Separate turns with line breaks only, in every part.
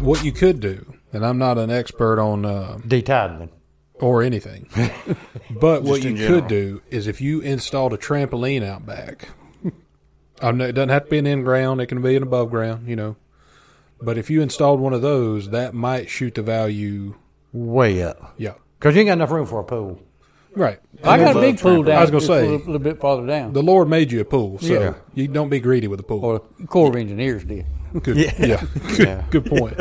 what you could do, and I'm not an expert on uh,
detitlement.
or anything, but what
Just
you
in
could
general.
do is if you installed a trampoline out back, I know it doesn't have to be an in ground; it can be an above ground, you know. But if you installed one of those, that might shoot the value.
Way up.
Yeah,
Because you ain't got enough room for a pool.
right.
I got a big pool down.
I was gonna
just
say-
a little, little bit farther down.
The Lord made you a pool, so
Yeah.
you don't be greedy with a pool.
or the Corps of Engineers did.
Good, yeah, Good,
Yeah.
good point.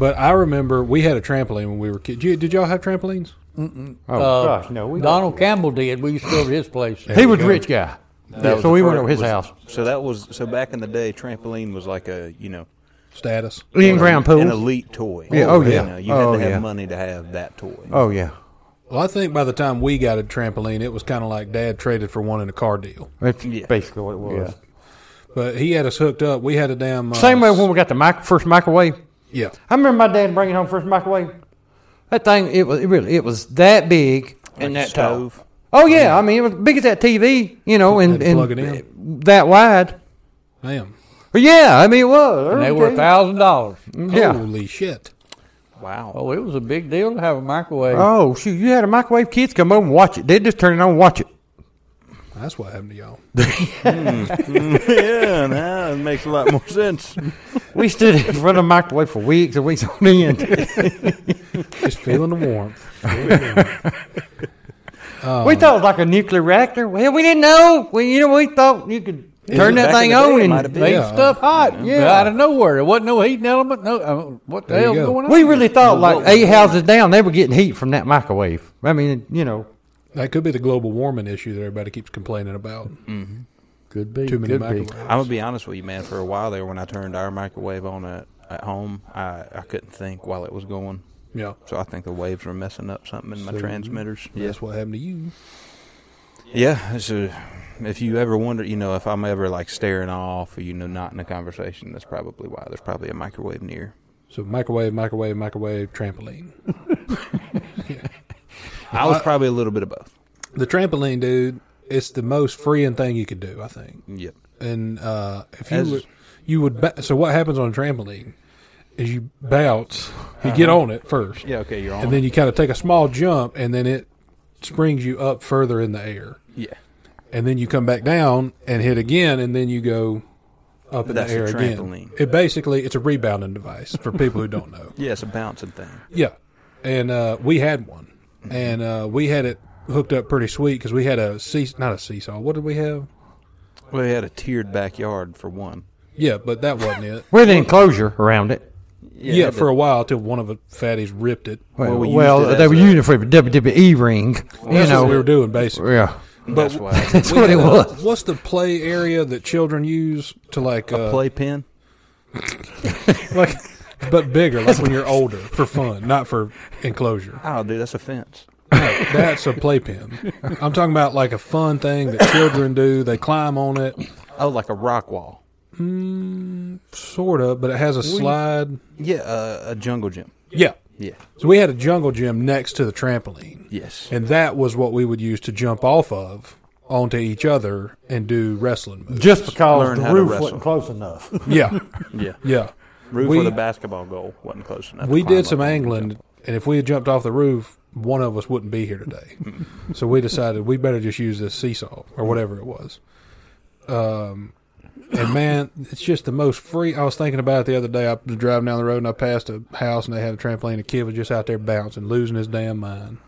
But I remember we had a trampoline when we were kids. Did you- Did y'all have trampolines?
Oh, gosh, no. We,
Donald Campbell did. We used to go to his place.
he was a rich guy.
That
Yeah,
was
so
the
we
fir-
went over his
was-
house.
So that was so back in the day, trampoline was like a you know
Status.
In ground
an
pool.
elite toy.
Yeah, oh,
You
yeah.
know, you had
Oh,
to have
yeah.
money to have that toy.
Oh, yeah.
Well, I think by the time we got a trampoline, it was kind of like Dad traded for one in a car deal.
That's
Yeah.
basically what it was.
But he had us hooked up. We had a damn uh,
Same way when we got the mic- first microwave.
Yeah,
I remember my dad bringing home first microwave. That thing, it was it really, it was that big.
and that stove.
Oh yeah, I mean it was big as that TV, you know,
Had
and,
to plug it
and that wide.
damn.
But yeah, I mean it was.
And they were a thousand dollars.
Yeah.
Holy shit!
Wow.
Oh, it was a big deal to have a microwave.
Oh shoot, you had a microwave. Kids come over and watch it. They just turn it on, and watch it.
That's what happened to y'all.
yeah, now it makes a lot more sense.
We stood in front of the microwave for weeks and weeks on end.
Just feeling the warmth.
we thought it was like a nuclear reactor. Well, we didn't know. Well, you know, we thought you could turn that
back
thing
in the day,
on
it
and
might have been.
Made
Yeah.
stuff hot.
Yeah.
Out of nowhere. There wasn't no heating element. No, uh, what the
There you
hell's
go.
going on?
We really thought like
what
eight houses down, they were getting heat from that microwave. I mean, you know,
That could be the global warming issue that everybody keeps complaining about.
Mm,
could be.
Too many
could
microwaves.
I'm gonna be honest with you, man. For a while there, when I turned our microwave on at, at home, I, I couldn't think while it was going.
Yeah,
So I think the waves were messing up something in my transmitters. Yeah,
that's what happened to you.
yeah. So if you ever wonder, you know, if I'm ever like staring off, or you know, not in a conversation, that's probably why. There's probably a microwave near.
So microwave, microwave, microwave, trampoline.
I was probably a little bit of both.
The trampoline, dude. It's the most freeing thing you could do. I think.
Yep.
and uh, if you
As-
would, you would ba- so what happens on a trampoline is you bounce, you get on it first,
Uh-huh. Yeah. Okay. You're on.
and then you kind of take a small jump, and then it springs you up further in the air,
yeah.
and then you come back down and hit again, and then you go up in
That's
the
a
air again.
trampoline.
It basically it's a rebounding device for people who don't know.
Yeah. It's a bouncing thing.
Yeah, and uh, we had one, and uh, we had it hooked up pretty sweet because we had a sea not a seesaw. What did we have?
Well, they had a tiered backyard for one.
Yeah, but that wasn't it.
we had an enclosure around it.
Yeah,
but-
for a while till one of the fatties ripped it.
Well,
we used it
they
as
were
a-
using it for the WWE ring. you
That's
know,
what we were doing basically.
yeah,
that's why
that's what it was.
What's the play area that children use to like uh,
playpen.
like, but bigger, like when you're older for fun, not for enclosure.
Oh, dude, that's a fence.
No, that's a playpen. I'm talking about like a fun thing that children do. They climb on it,
Oh, like a rock wall.
sort of, but it has a slide.
Yeah, uh, a jungle gym.
Yeah.
Yeah.
So we had a jungle gym next to the trampoline.
Yes.
And that was what we would use to jump off of onto each other and do wrestling moves.
Just because
Learn
the
how to
roof
wrestle.
wasn't close enough.
Yeah.
Yeah.
Yeah.
Roof
We-
with a basketball goal wasn't close enough. to
We
climb
did some
up on.
angling, and if we had jumped off the roof, one of us wouldn't be here today. so we decided we better just use this seesaw or whatever it was. Um, and man, it's just the most free. I was thinking about it the other day. I was driving down the road and I passed a house and they had a trampoline. A kid was just out there bouncing, losing his damn mind.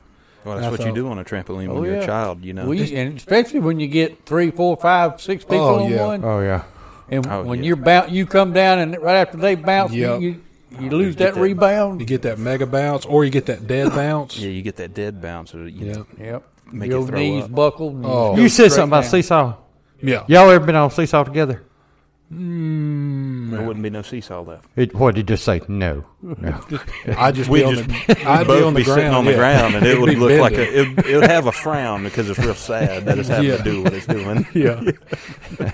Well, that's
I
what
thought-
you do on a trampoline
Oh,
when you're
yeah.
a child, you know.
Well, you- and especially when you get three, four, five, six people
Oh,
on
yeah.
one,
oh yeah,
and
Oh,
when
yeah.
you're boun you come down, and right after they bounce, you-
Yep.
you, you lose
get
that,
that-
You
rebound.
get that mega bounce, or you get that dead bounce.
yeah, you get that dead bounce. Or you
Yeah,
Yep.
Make
Your
you throw
knees
up.
buckled. and
Oh.
you
go
said
straight
something about
down.
seesaw.
yeah.
Y'all ever been on seesaw together?
There wouldn't be no seesaw left.
It, what did you just say? No, no.
I just
We
be on
just
the, I'd be
Both
on the
be
ground.
sitting on the
yeah.
ground, and it would
be
look like
bending.
a, it, it would have a frown because it's real sad that it's having
Yeah.
to do what it's doing.
Yeah.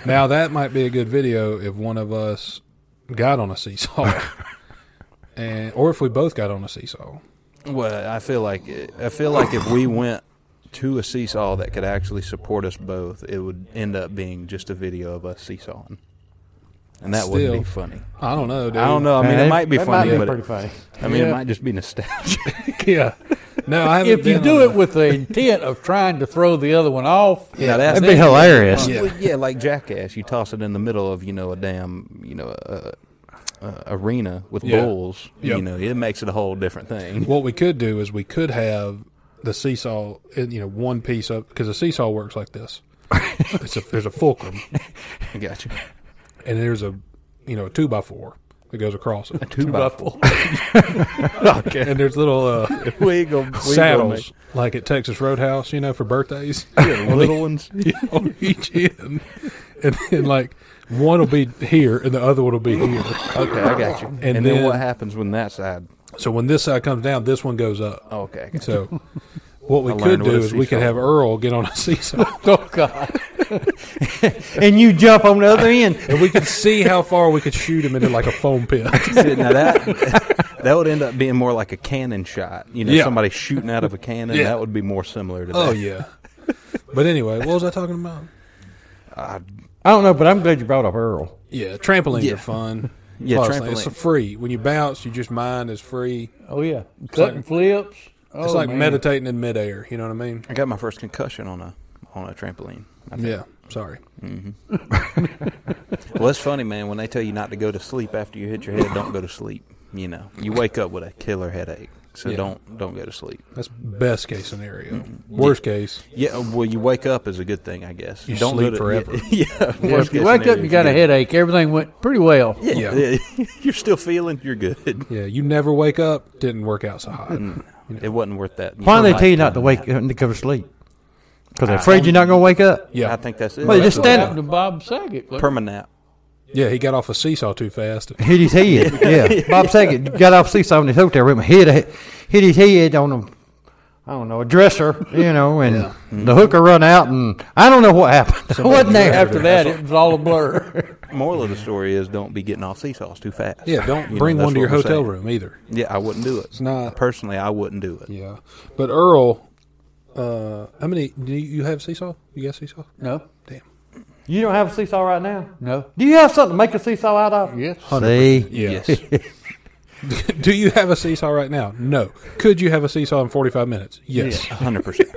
now that might be a good video if one of us got on a seesaw, and or if we both got on a seesaw.
Well, I feel like I feel like if we went to a seesaw that could actually support us both, it would end up being just a video of us seesawing. and that wouldn't
Still.
be funny.
I don't know, dude.
I don't know. I mean,
Hey,
it might be
that
funny,
might be
but
pretty funny.
I mean,
Yeah.
it might just be nostalgia.
yeah. No, I haven't.
If you
been
do
on
it
that.
with the intent of trying to throw the other one off,
Now, that's
That'd be hilarious.
Well, Yeah. like Jackass, you toss it in the middle of you know a damn you know a, a arena with
Yeah.
bulls.
Yep.
You know, it makes it a whole different thing.
what we could do is we could have the seesaw, in, you know, one piece up because the seesaw works like this. it's a, there's a fulcrum,
I got you.
and there's a, you know, a two by four that goes across it,
Two by four. okay.
and there's little uh,
We go, we
saddles like at Texas Roadhouse, you know, for birthdays
little ones.
on each end, and then like one will be here and the other one will be here.
Okay, I got you. And,
And
then,
then-
what happens when that side?
So when this side comes down, this one goes up.
Okay, I got you.
So what we
I
could
learned
do
what a
is we could
seesaw
have Earl get on a seesaw.
oh God,
And you jump on the other end.
and we could see how far we could shoot him into like a foam pit.
See, now that that would end up being more like a cannon shot. You know,
Yeah.
somebody shooting out of a cannon.
Yeah.
That would be more similar to.
Oh
that.
yeah. But anyway, what was I talking about?
I don't know, but I'm glad you brought up Earl.
Yeah, trampolines
Yeah.
are fun.
Yeah,
Plus, like, It's
trampoline.
free. When you bounce, you just mind is free.
oh yeah, cutting flips. Oh,
It's like
man.
meditating in midair. You know what I mean?
I got my first concussion on a on a trampoline.
Yeah. Sorry.
Mm. Well, it's funny, man. When they tell you not to go to sleep after you hit your head, don't go to sleep. You know, you wake up with a killer headache, so
Yeah.
don't don't go to sleep.
That's best case scenario.
Mm.
Worst case,
Yeah, well, you wake up is a good thing, I guess.
You
don't
sleep
go to-
forever.
Yeah,
Yeah, if you wake up, you got a headache. Everything went pretty well.
Yeah.
Yeah, you're still feeling you're good.
yeah, you never wake up. Didn't work out so hot.
Mm, It wasn't worth that.
Why do they
Like,
tell you not to wake to go to sleep? Because they're afraid you're not going to wake up.
Yeah,
I think that's it.
Well, you just
What
stand
happened to Bob Saget? What-
permanent.
yeah. He got off a seesaw too fast.
Hit his head. Yeah. Bob Saget got off seesaw in his hotel room, hit a, hit his head on a, I don't know, a dresser, you know, and the hooker run out, and I don't know what happened. I wasn't there.
After that, it was all a blur.
Moral of the story is don't be getting off seesaws too fast.
Yeah, don't
You know,
bring
that's
one to your
what we're
hotel
saying.
room either.
Yeah, I wouldn't do it. It's
not-
personally. I wouldn't do it.
Yeah, but Earl, uh, how many do you you have seesaw? You got seesaw?
No,
Damn.
You don't have a seesaw right now?
no.
Do you have something to make a seesaw out of?
Yes.
See?
Yeah. Do you have a seesaw right now? No. Could you have a seesaw in 45 minutes? Yes.
Hundred percent.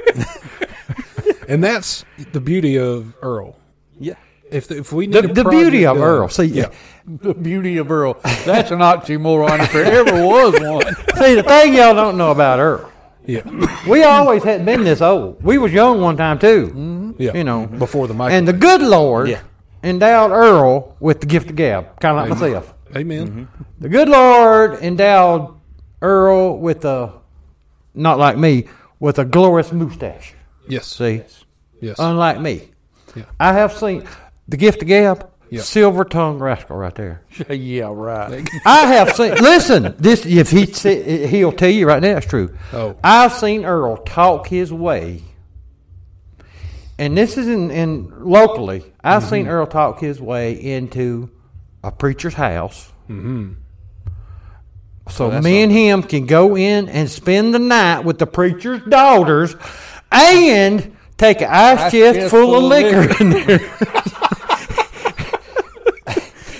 And that's the beauty of Earl.
Yeah.
If if we
The,
need a
the
project
beauty of
done-
Earl. See,
yeah.
The beauty of Earl. That's an oxymoron if there ever was one.
see, the thing y'all don't know about Earl,
Yeah.
we always hadn't been this old. We was young one time, too.
Yeah.
You know.
before the microwave.
And the good Lord
Yeah.
endowed Earl with the gift of gab, kind of like myself.
Amen.
Mm-hmm.
The good Lord endowed Earl with a, not like me, with a glorious mustache.
Yes.
See,
Yes.
unlike me,
Yeah.
I have seen the gift of gab,
Yeah.
silver tongued rascal right there.
yeah, right.
I have seen. listen, this if he said- he'll tell you right now, it's true.
Oh.
I've seen Earl talk his way, and this is in, in locally. I've seen Earl talk his way into a preacher's house. Mm-hmm. So me and him can go in and spend the night with the preacher's daughters, and take an ice, chest, full, of liquor. in there.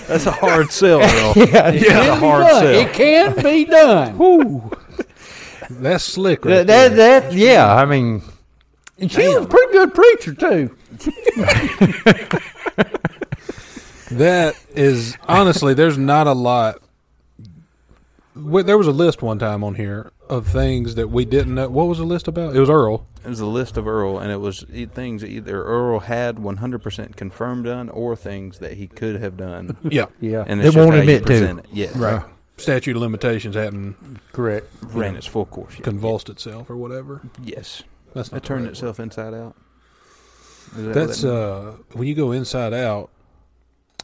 That's a hard sell, though.
yeah,
It
a
can be
hard
done.
sell.
It can be done.
That's slick. Right
that, that,
there.
that- yeah. I mean.
And she was a pretty good preacher too.
That is honestly, there's not a lot. Wait, There was a list one time on here of things that we didn't know. What was the list about? It was Earl.
It was a list of Earl, and it was e- things that either Earl had 100% confirmed done or things that he could have done.
Yeah.
Yeah,
And
They
it's just
won't
how you
admit to.
present it. Yeah.
Right. Statute of limitations hadn't
correct.
Ran its full course. yeah.
convulsed itself or whatever.
Yes.
That's not
It turned
the right
itself inside out. Is that what
word. That's
that means?
uh, when you go inside out.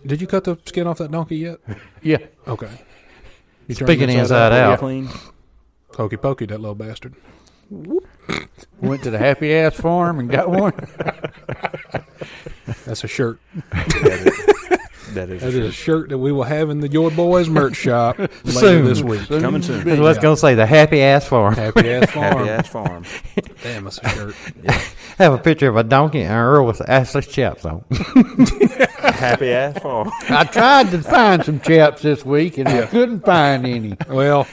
Did you cut the skin off that donkey yet?
Yeah,
Okay. You turned
Speaking of inside out,
clean.
hokey pokey that little bastard.
went to the Happy Ass Farm and got one.
That's a shirt.
That is,
That is a shirt that we will have in the Your Boys merch shop later
Soon.
this week.
coming soon.
I was going to say the happy ass farm.
Happy ass farm.
Happy ass farm.
Damn, that's a shirt.
have a picture of a donkey and an earl with Ashley chaps on.
Happy ass fall.
I tried to find some chaps this week and I couldn't find any.
well,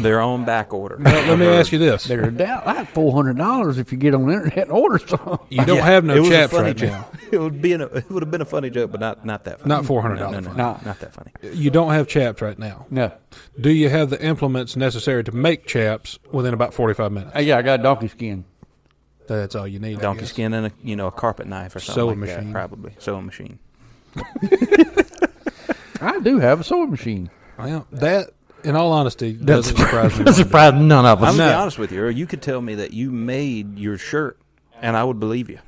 They're on back order.
let let me ask you this: you
They're down like four hundred dollars if you get on the internet and order some.
don't have
it
no
was a
chaps
funny
right
joke.
now.
It would be an, it would have been a funny joke, but not not that funny.
Not $400
No, no, no,
funny.
No.
not that funny.
You don't have chaps right now.
No.
Do you have the implements necessary to make chaps within about forty-five minutes?
Hey, Uh, yeah, I got donkey skin.
That's all you need. I
Donkey
guess.
skin and a you know a carpet knife or something
Sewing
like that,
machine.
probably sewing machine.
I do have a sewing machine.
Well, that, in all honesty,
That's
doesn't surprise me.
That surprised none of
I'm
us.
gonna be
No.
honest with you. Earl. You could tell me that you made your shirt, and I would believe you.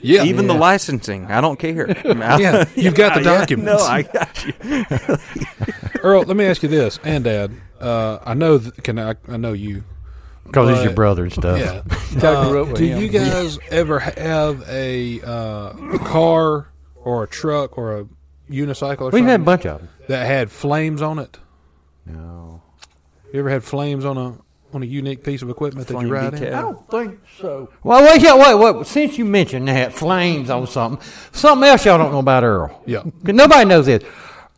Yeah,
Even the licensing, I don't care.
Yeah, you've got the
Yeah,
documents.
no, I got you.
Earl, let me ask you this, and Dad. Uh, I know. Th- can I? I know you.
Because he's your
but-
brother and stuff.
Yeah.
Talk to
Uh,
Rope with
do
him.
you guys ever have a uh, car or a truck or a unicycle? Or
We've had
something
a bunch of them.
that had flames on it.
No.
You ever had flames on a on a unique piece of equipment that
Flame
you ride in?
decal.
I don't think so.
Well, wait, yeah, wait, wait. Since you mentioned that flames on something, something else y'all don't know about Earl.
Yeah.
'Cause Nobody knows this.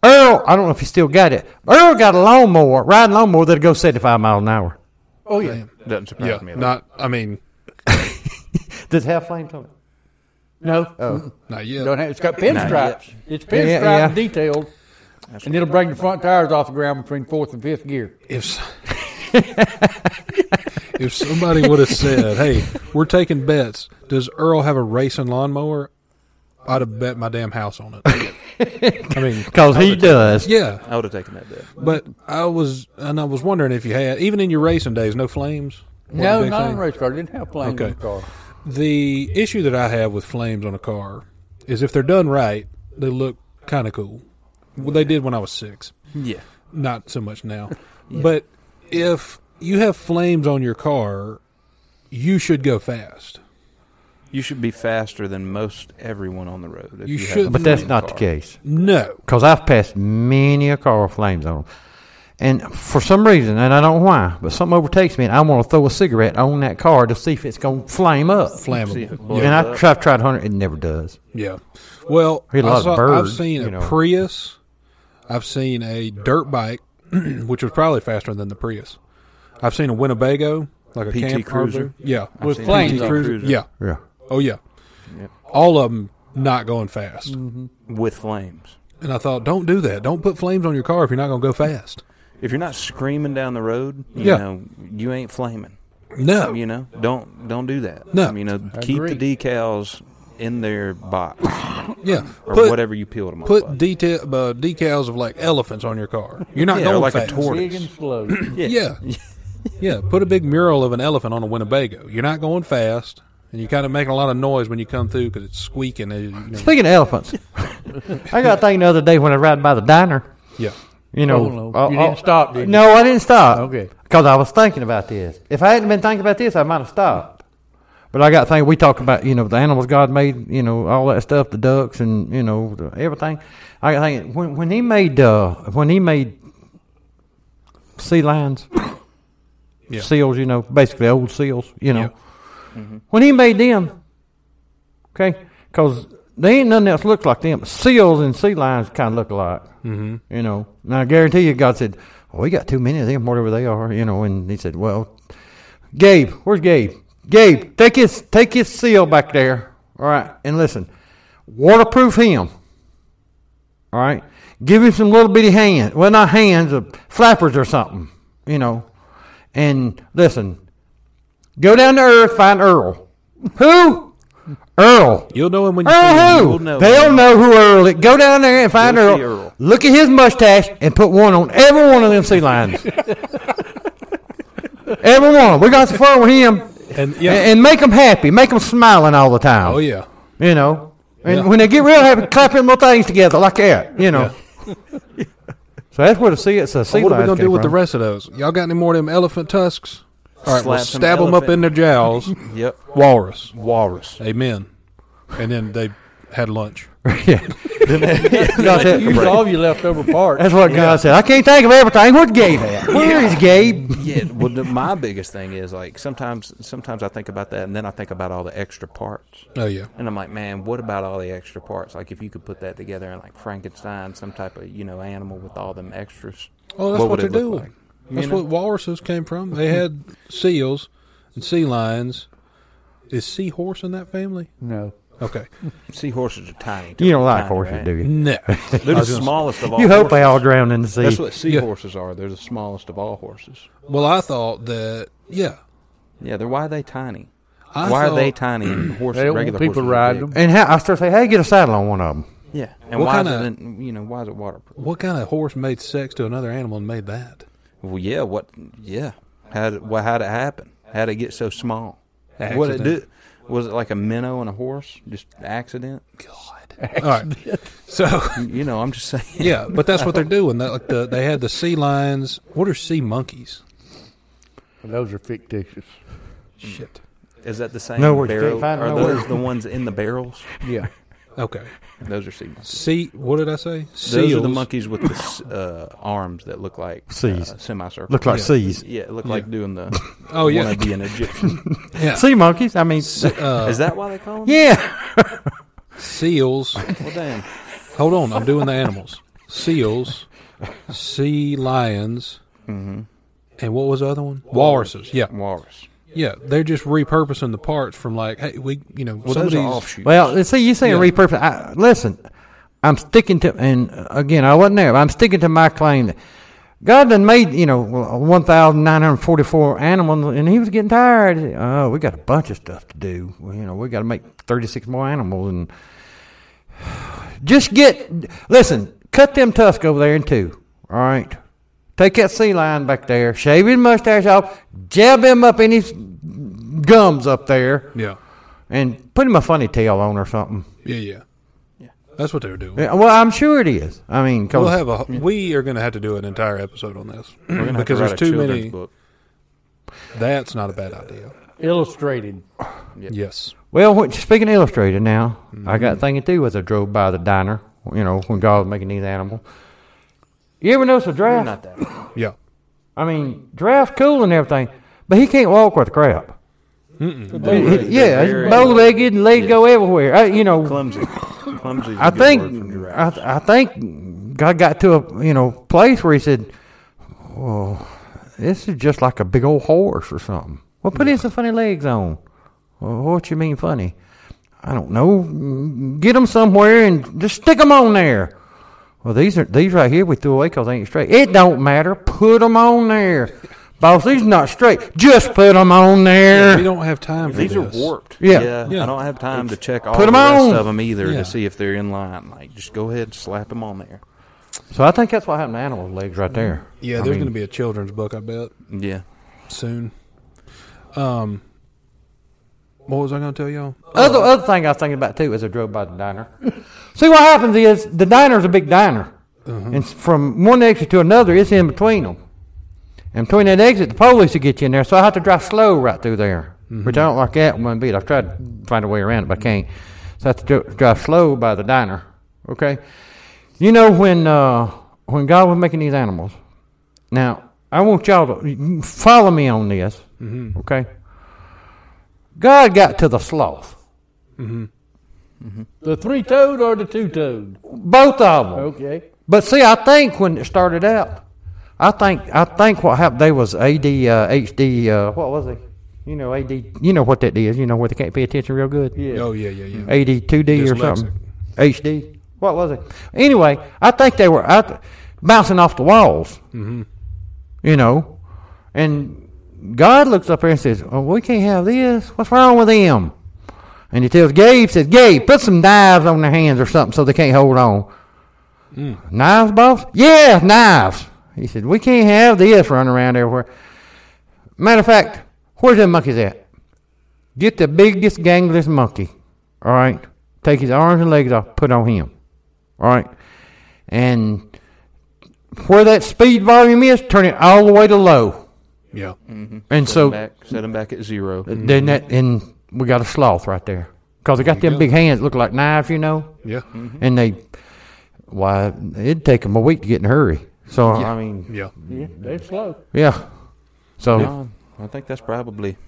Earl, I don't know if he still got it. Earl got a lawnmower, riding lawnmower that'll go 75 miles an hour.
Oh yeah.
Doesn't surprise
Yeah,
me. at all.
not. I mean,
Does it have flames on it?
No.
not yet.
Don't have, it's got pinstripes. It's pinstripe
Oh. Yeah, yeah.
detailed. and it'll bring the front tires off the ground between fourth and fifth gear.
if s- if somebody would have said, "Hey, we're taking bets. Does Earl have a racing lawnmower?" I'd have bet my damn house on it. I mean,
Because he does.
yeah,
I would have taken that bit.
but I was and I was wondering if you had even in your racing days, no flames. Wasn't a
No,
big
not on
thing?
a race car. Didn't have planes
Okay.
on the car.
The issue that I have with flames on a car is if they're done right, they look kind of cool. Well, they did when I was six.
Yeah.
not so much now. But if you have flames on your car, you should go fast.
You should be faster than most everyone on the road. if
You
have
should-
a
But
But that's
clean
not the
car.
case.
No.
Because I've passed many a car with flames on them. And for some reason, and I don't know why, but something overtakes me and I want to throw a cigarette on that car to see if it's going to flame up.
See if it
Flammable.
blows
And I
up.
try, I've tried 100, it never does.
Yeah. Well,
We had a lot
I
of
saw, I've
birds,
seen a
you know.
Prius. I've seen a dirt bike, which was probably faster than the Prius. I've seen a Winnebago, like a
PT
camp
Cruiser.
Yeah.
I've
With
seen
planes
PT
on.
Cruiser
Yeah.
Yeah.
Oh, yeah.
Yep. Mm.
All of them not going fast.
with flames.
And I thought, don't do that. Don't put flames on your car if you're not going to go fast.
If you're not screaming down the road, you
Yeah.
know, you ain't flaming.
No.
You know, don't don't do that.
No.
you know, keep the
agree.
decals in their box
Yeah.
or
Put-
whatever you peeled them off.
put
of.
detail uh, decals of like elephants on your car. You're not
Yeah, or
going
like a
fast.
tortoise.
Big and slow.
Yeah, yeah. Put a big mural of an elephant on a Winnebago. You're not going fast, and you're kind of making a lot of noise when you come through because it's squeaking. as You you know.
Speaking of elephants, I got a thing the other day when I ride by the diner.
Yeah,
You know,
Oh, no. You didn't stop, did you?
No, I didn't stop.
Okay.
Because I was thinking about this. If I hadn't been thinking about this, I might have stopped. But I got to think, we talk about, you know, the animals God made, you know, all that stuff, the ducks and, you know, the, everything. I got to think, when, when he made, uh, when he made sea lions,
Yeah.
seals, you know, basically old seals, you know,
Yeah.
when he made them, okay, because they ain't nothing else looks like them. Seals and sea lions kind of look alike. Mm-hmm. You know, now I guarantee you, God said, well, "We got too many of them, whatever they are." You know, and He said, "Well, Gabe, where's Gabe? Gabe, take his take his seal back there. All right, and listen, waterproof him. All right, give him some little bitty hands. Well, not hands, uh, flappers or something. You know, and listen, go down to Earth, find Earl. Who? Earl.
you'll know him when you see him.
Earl
You'll
who?
know
They'll
Earl.
know who Earl is. Go down there and find
You'll
Earl.
see Earl.
Look at his mustache and put one on every one of them sea lions. every one. We got to fur with him
And
and,
yeah,
and make him happy. Make him smiling all the time.
oh yeah,
You know. And
Yeah.
when they get real happy, clap them little things together like that. You know. so that's where the sea, it's a sea
what are we
lions
gonna do
came
with the
from.
rest of those? Y'all got any more of them elephant tusks? All right, we'll
Slap some
stab them up
elephant-
in their jowls.
Yep.
Walrus.
Walrus.
Amen. And then they had lunch.
yeah.
the next.
Got that.
Use all your leftover parts.
That's what God said. I can't think of everything. What Gabe at? Where is Gabe?
yeah. Well, the, my biggest thing is like sometimes, sometimes I think about that, and then I think about all the extra parts,
Oh yeah.
and I'm like, man, what about all the extra parts? Like, if you could put that together in like Frankenstein, some type of you know animal with all them extras.
Oh, that's what,
would
they're
it look
doing.
like?
That's what walruses came from. They had seals and sea lions. Is seahorse in that family?
No.
Okay.
Seahorses are tiny.
You don't like
tiny,
horses,
right?
do you?
No.
They're the smallest of all.
You hope they all
horses.
drown in the sea.
That's what seahorses are. They're the smallest of all horses.
well, I thought that yeah.
Yeah, they're why are they tiny?
I
why are they
thought-
tiny? And horses,
They don't want
regular
people
horses are
ride
big?
them.
and how, I start saying, hey, get a saddle on one of them.
Yeah, and
What
why
kinda-
is it? You know, why is it waterproof?
What kind of horse made sex to another animal and made that?
Well, yeah, what? Yeah, how did well, how'd it happen? How'd it get so small? What it do?
Accident.
Was it like a minnow and a horse? Just accident?
God. All right. So
You know, I'm just saying.
yeah, but that's what they're doing. That, like the, they had the sea lions. What are sea monkeys?
Those are fictitious.
Shit.
Is that the same
No words,
barrel?
can't find
Are
no
those
words.
the ones in the barrels?
Yeah.
Okay.
Those are sea monkeys.
Sea. What did I say? Seals.
Those are the monkeys with the s- uh, arms that look like
Seas.
uh, semicircles.
Look like
Yeah.
seas.
yeah, look like doing the.
Oh, yeah.
wanna be an Egyptian.
Yeah.
Sea monkeys? I mean,
Uh,
Is that why they call them?
yeah.
seals.
Well, damn.
Hold on. I'm doing the animals. Seals. Sea lions.
Mm-hmm.
And what was the other one? Walruses. Yeah.
Walrus.
Yeah. They're just repurposing the parts from like, hey, we, you know,
Well,
some of
those
these.
are offshoots.
Well, see, you saying
Yeah.
repurpose. I, listen, I'm sticking to, and uh, again, I wasn't there, but I'm sticking to my claim that God done made, you know, 1,944 animals, and he was getting tired. Oh, we got a bunch of stuff to do. Well, you know, we got to make 36 more animals, and just get, listen, cut them tusks over there in two, all right? Take that sea lion back there, shave his mustache off, jab him up in his gums up there
Yeah.
and put him a funny tail on or something.
Yeah. Yeah. That's what they were doing.
Yeah, Well, I'm sure it is. I mean, because
We'll have a. We are going to have to do an entire episode on this
We're gonna have to
because
write
there's
a
too
children's
many.
Book.
That's not a bad idea.
Illustrated.
Yes.
well, which, speaking of illustrated now,
Mm-hmm.
I got thinking too as I drove by the diner. You know, when God was making these animals. You ever notice a
You're
giraffe?
not that.
Yeah.
I mean, giraffe cool and everything, but he can't walk with a crap.
They're
yeah,
very
it's bow legged and legs go everywhere. I, you know,
Clumsy. Clumsy. is a
I
good word for
think
giraffe.
I, I think God got to a you know place where He said, "Well, this is just like a big old horse or something." Well, put in some funny legs on. Well, what you mean funny? I don't know. Get them somewhere and just stick them on there. Well, these are these right here we threw away because they ain't straight. It don't matter. Put them on there, boss. These not straight. Just put them on
We
there.
don't have time for
These are
this.
warped.
Yeah.
Yeah.
I don't have time to check all
Put
the
'em
rest
on.
of them either
Yeah.
to see if they're in line. Like, just go ahead and slap them on there.
So I think that's what happened to animal legs right there.
Yeah,
I
there's
mean,
going to be a children's book, I bet,
Yeah.
soon. Um, what was I going to tell y'all?
Other other thing I was thinking about too as I drove by the diner. See what happens is the diner's a big diner, and s- from one exit to another, it's in between them. And between that exit, the police will get you in there, so I have to drive slow right through there, which I don't like that one bit. I've tried to find a way around it, but I can't. So I have to dri- drive slow by the diner. Okay, you know when uh, when God was making these animals. Now I want y'all to follow me on this. Okay, God got to the sloth.
The three toed or the two toed?
Both of them.
Okay.
But see, I think when it started out, I think I think what happened they was AD uh, HD. Uh, what was it? You know AD. You know what that is. You know where they can't pay attention real good.
Yeah.
Oh yeah, yeah, yeah.
AD two D or
Dyslexic.
something. HD. What was it? Anyway, I think they were out bouncing off the walls. Mm-hmm. You know, and God looks up there and says, "Oh, we can't have this. What's wrong with them?" And he tells Gabe, says, "Gabe, put some knives on their hands or something so they can't hold on."
Mm.
Knives, boss? Yeah, knives. He said, We can't have this running around everywhere. Matter of fact, where's them monkeys at? Get the biggest, gangliest monkey. All right. Take his arms and legs off, put on him. All right. And where that speed volume is, turn it all the way to low.
Yeah.
And so
So, back, set them back at zero.
then that, and we got a sloth right there. Because they got them big hands, look like knives, you know.
Yeah.
and they why it'd take them a week to get in a hurry. So I mean,
Yeah.
Mm-hmm.
They're slow.
yeah.
Oh.
So
No, I think that's probably.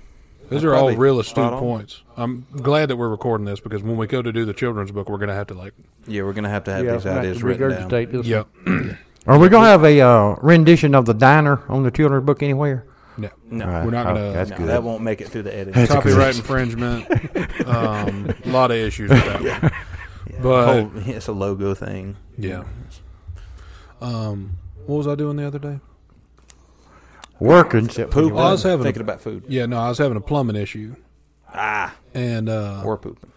Those are all
Probably
real astute
spot on.
points. I'm glad that we're recording this because when we go to do the children's book, we're going to have to like,
Yeah, we're gonna have to have
Yeah,
these
we're gonna have
ideas
to
written down.
regurgitate this.
yeah,
are we gonna have a uh, rendition of the diner on the children's book anywhere?
no,
No,
All right.
we're not gonna-
Okay, that's
no,
good.
that won't make it through the edit.
That's a good-
copyright infringement, um, a lot of issues with that. One. But
Oh, it's a logo thing.
yeah, um, what was I doing the other day?
Working. except when you
Poop.
work.
I was having a-
thinking about food.
Yeah, no, I was having a plumbing issue,
Ah,
and uh,
or pooping.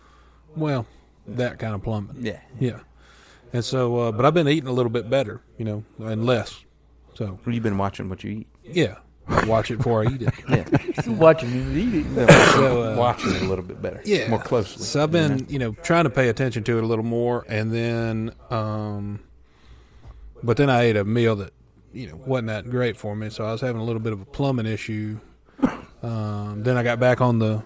well, that kind of plumbing.
Yeah,
Yeah, and so, uh, but I've been eating a little bit better, you know, and less. So
you've been watching what you eat.
yeah, I watch it before I eat it.
Yeah,
You're watching you eat it.
So, uh,
watching it a little bit better.
Yeah.
more closely.
So I've been, you know, trying to pay attention to it a little more, and then, um, but then I ate a meal that, you know, wasn't that great for me. So I was having a little bit of a plumbing issue. Um, then I got back on the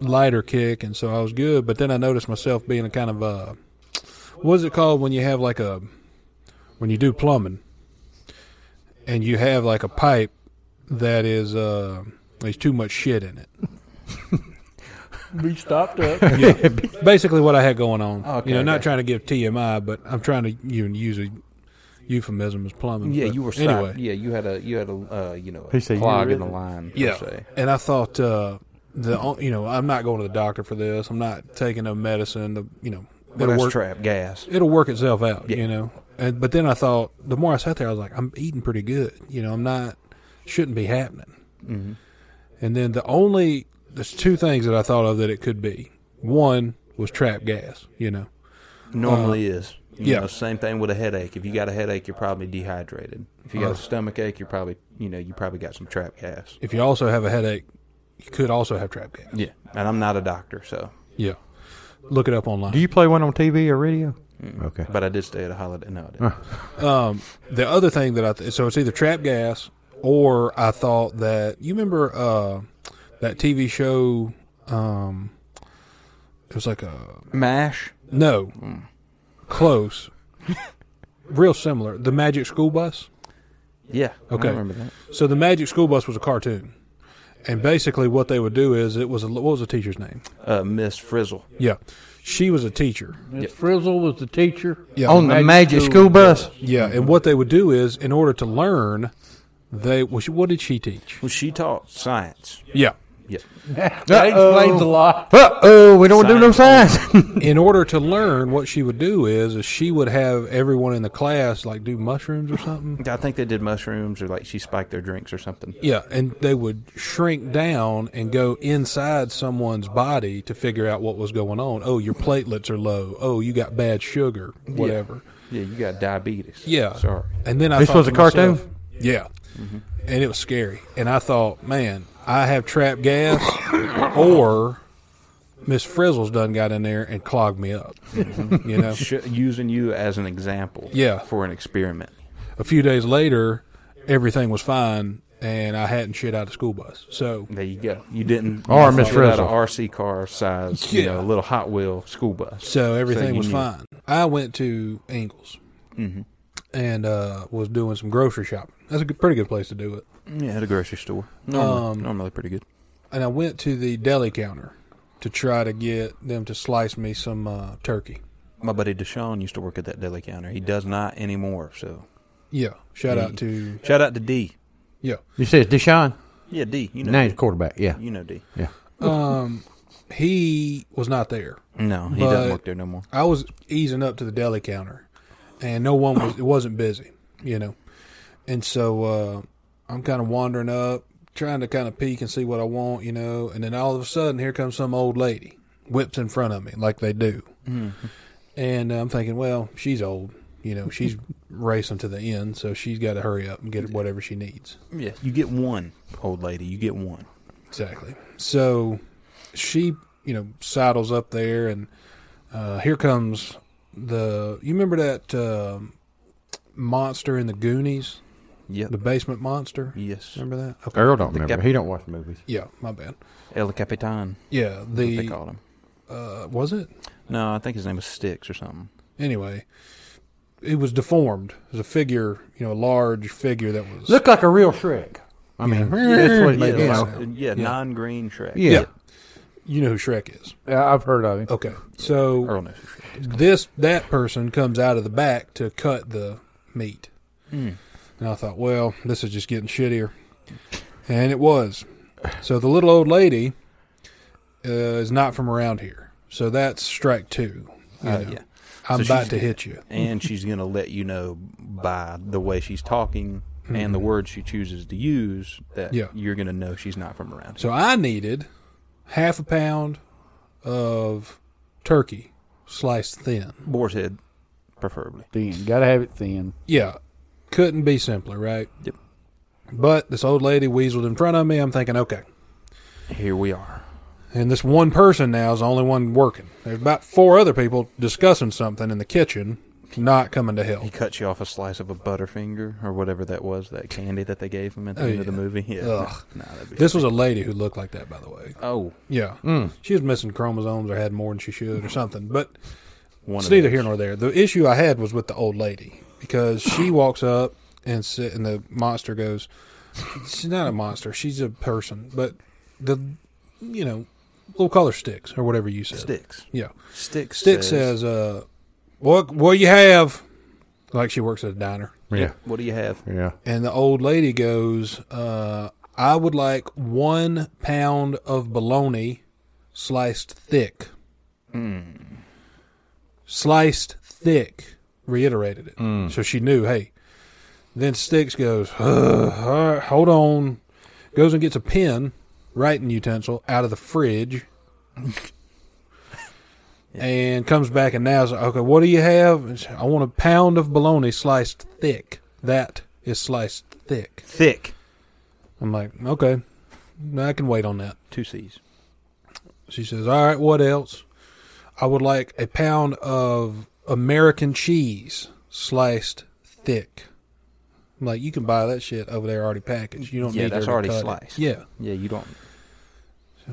lighter kick, and so I was good. But then I noticed myself being a kind of uh what is it called when you have like a, when you do plumbing, and you have like a pipe that is uh, there's too much shit in it.
Be stopped up.
Yeah, basically what I had going on.
Okay,
you know, not
okay.
trying to give TMI, but I'm trying to you know, use a euphemism as plumbing.
Yeah,
but
you were stopped.
anyway.
Yeah, you had a you had a uh, you know
He
a
said you
clog
were
in the
in it.
line. per
Yeah,
se.
and I thought uh, the o- you know I'm not going to the doctor for this. I'm not taking no medicine. The you know
Well, that's
work.
trap gas.
It'll work itself out.
Yeah.
You know, and but then I thought the more I sat there, I was like, I'm eating pretty good. You know, I'm not shouldn't be happening.
Mm-hmm.
And then the only there's two things that I thought of that it could be. One was trap gas. You know,
Normally is. You
Uh-huh. yeah.
know, same thing with a headache. If you got a headache, you're probably dehydrated. If you
Uh-huh.
got a stomach ache, you're probably you know you probably got some trap gas.
if you also have a headache, you could also have trap gas.
Yeah, and I'm not a doctor, so
Yeah. Look it up online.
Do you play one on TV or radio? Okay.
but I did stay at a holiday. No, I didn't.
the other thing that I th- so it's either trap gas or I thought that you remember uh, that TV show. Um, it was like a
Mash.
no, close, real similar. The Magic School Bus.
Yeah.
Okay.
I remember that.
So the Magic School Bus was a cartoon, and basically what they would do is it was a, what was the teacher's name?
Uh, Miss Frizzle.
Yeah, she was a teacher.
Miss Frizzle was the teacher.
Yeah,
On the magic school bus.
Yeah, and what they would do is, in order to learn, they well, she, what did she teach?
Well, she taught science.
Yeah,
Yeah.
That explains a lot.
Uh oh, we don't do no signs.
in order to learn, what she would do is, is she would have everyone in the class like do mushrooms or something.
I think they did mushrooms or like she spiked their drinks or something.
Yeah, and they would shrink down and go inside someone's body to figure out what was going on. Oh, your platelets are low. Oh, you got bad sugar. Whatever.
Yeah, you got diabetes.
Yeah.
Sorry.
And then I
This
thought
was
to
a cartoon?
myself- yeah. Mm-hmm. And it was scary. And I thought, man, I have trap gas, or Miss Frizzle's done got in there and clogged me up. you know.
Sh- using you as an example.
Yeah.
For an experiment.
A few days later, everything was fine, and I hadn't shit out of school bus. So
There you go. You didn't.
Or
you
Miss
thought about
Frizzle.
a RC car size, you
Yeah.
know, a little Hot Wheel school bus.
so everything
you
was
knew.
fine. I went to Ingles and uh, was doing some grocery shopping. That's a good, pretty good place to do it.
Yeah, at a grocery store. Normally,
Um,
normally pretty good.
and I went to the deli counter to try to get them to slice me some uh, turkey.
My buddy Deshaun used to work at that deli counter. He does not anymore. So
Yeah, shout out to
shout out to D.
yeah.
You said Deshaun.
Yeah, D. You know,
Now he's quarterback. Yeah.
you know D.
Yeah.
He was not there.
No, he
But-
doesn't work there no more.
I was easing up to the deli counter, and no one was. It wasn't busy, you know. And so uh, I'm kind of wandering up, trying to kind of peek and see what I want, you know. And then all of a sudden, here comes some old lady, whips in front of me like they do. And uh, I'm thinking, well, she's old, you know. She's racing to the end, so she's got to hurry up and get whatever she needs.
Yeah, you get one old lady. You get one.
Exactly. So she, you know, sidles up there, and uh, here comes the. You remember that um monster in the Goonies,
Yep.
the basement monster?
Yes.
Remember that? Okay.
Earl don't
The
remember.
cap-
He don't watch movies.
Yeah, my bad.
El Capitan.
Yeah,
They
the
called him.
uh, was it
No, I think his name was Sticks or something.
anyway. it was deformed. It was a figure, you know, a large figure that was.
Looked like a real Shrek. I mean, that's what it is.
Made of
you know.
like- yeah, non-green Shrek.
Yeah.
yeah. You know who Shrek is.
Yeah, I've heard of him.
Okay. So
Earl knows who Shrek is.
this that person comes out of the back to cut the meat.
Hmm.
And I thought, well, this is just getting shittier. And it was. So the little old lady uh, is not from around here. So that's strike two. you know.
yeah.
I'm
So
about
she's-
to hit you.
and she's going to let you know by the way she's talking and the words she chooses to use that
Yeah.
you're going to know she's not from around here.
So I needed half a pound of turkey sliced thin.
Boar's head, preferably.
Thin. Gotta have it thin.
Yeah. Couldn't be simpler, right?
Yep.
But this old lady weaseled in front of me. I'm thinking, okay.
Here we are.
And this one person now is the only one working. There's about four other people discussing something in the kitchen, not coming to
He
help.
cuts you off a slice of a Butterfinger or whatever that was, that candy that they gave him at the
Oh,
end of the
yeah.
movie. Yeah.
Ugh.
Nah, that'd be
This was a lady who looked like that, by the way.
oh,
Yeah. She was missing chromosomes or had more than she should or something. But
one
it's
of
neither
those.
here nor there. The issue I had was with the old lady because she walks up and sit, and the monster goes, "She's not a monster. She's a person." But the, you know, we'll call her Sticks or whatever you said.
Sticks.
Yeah.
Sticks.
Sticks says, uh, "What what you have?" Like she works at a diner,
Yeah.
What do you have?
Yeah.
and the old lady goes, uh, "I would like one pound of bologna, sliced thick." Hmm. Sliced thick. Reiterated it, so she knew. Hey, then Sticks goes, "Ugh, all right, "Hold on," goes and gets a pen, writing utensil out of the fridge. And comes back and now's okay. What do you have? And she, I want a pound of bologna sliced thick. That is sliced thick.
Thick.
I'm like, okay, I can wait on that.
Two C's.
She says, all right, what else? I would like a pound of American cheese sliced thick. I'm like, you can buy that shit over there already packaged. You don't
Yeah,
need
that's
her to
already
cut it.
sliced.
Yeah.
Yeah, you don't.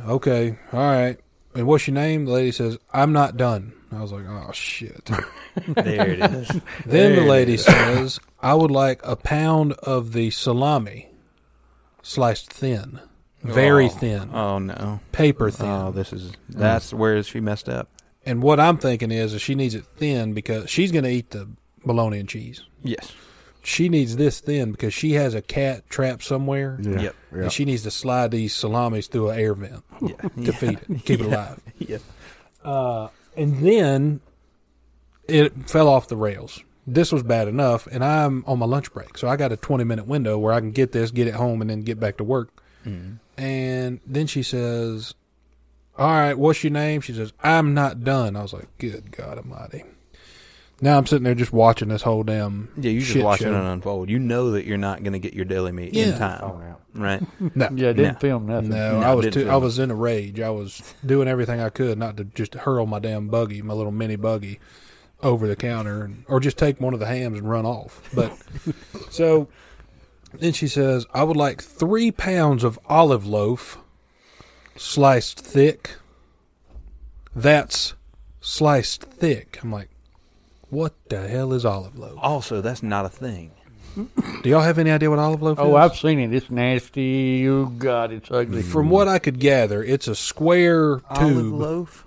Okay. All right. And what's your name? The lady says, I'm not done. I was like, oh, shit.
There it is.
Then
There
the
it
lady says, I would like a pound of the salami sliced thin, very
Oh.
thin,
Oh, no.
paper thin.
Oh, this is. That's where she messed up.
and what I'm thinking is, is she needs it thin because she's going to eat the bologna and cheese.
Yes.
She needs this thin because she has a cat trapped somewhere.
Yeah.
Yep.
Yeah.
And she needs to slide these salamis through an air vent
Yeah.
to feed it, keep it alive.
yeah.
and then it fell off the rails. This was bad enough, and I'm on my lunch break, so I got a 20 minute window where I can get this, get it home, and then get back to work.
Mm-hmm.
And then she says, "All right, what's your name?" She says, "I'm not done." I was like, "Good God Almighty!" Now I'm sitting there just watching this whole damn
Yeah, you
shit
just watching
show.
it unfold. You know that you're not going to get your deli meat in
Yeah.
Oh,
time,
yeah.
right?
No,
Yeah, didn't
Nah.
film nothing.
no,
No,
I was
didn't
too,
feel
I
it.
was in a rage. I was doing everything I could not to just hurl my damn buggy, my little mini buggy, over the counter, and, or just take one of the hams and run off. But so then she says, "I would like three pounds of olive loaf, sliced thick. That's sliced thick." I'm like, "What the hell is olive loaf?
Also, that's not a thing.
Do y'all have any idea what olive loaf is?"
Oh, I've seen it. It's nasty. Oh, God, it's ugly.
From what I could gather, it's a square
Olive
tube.
loaf.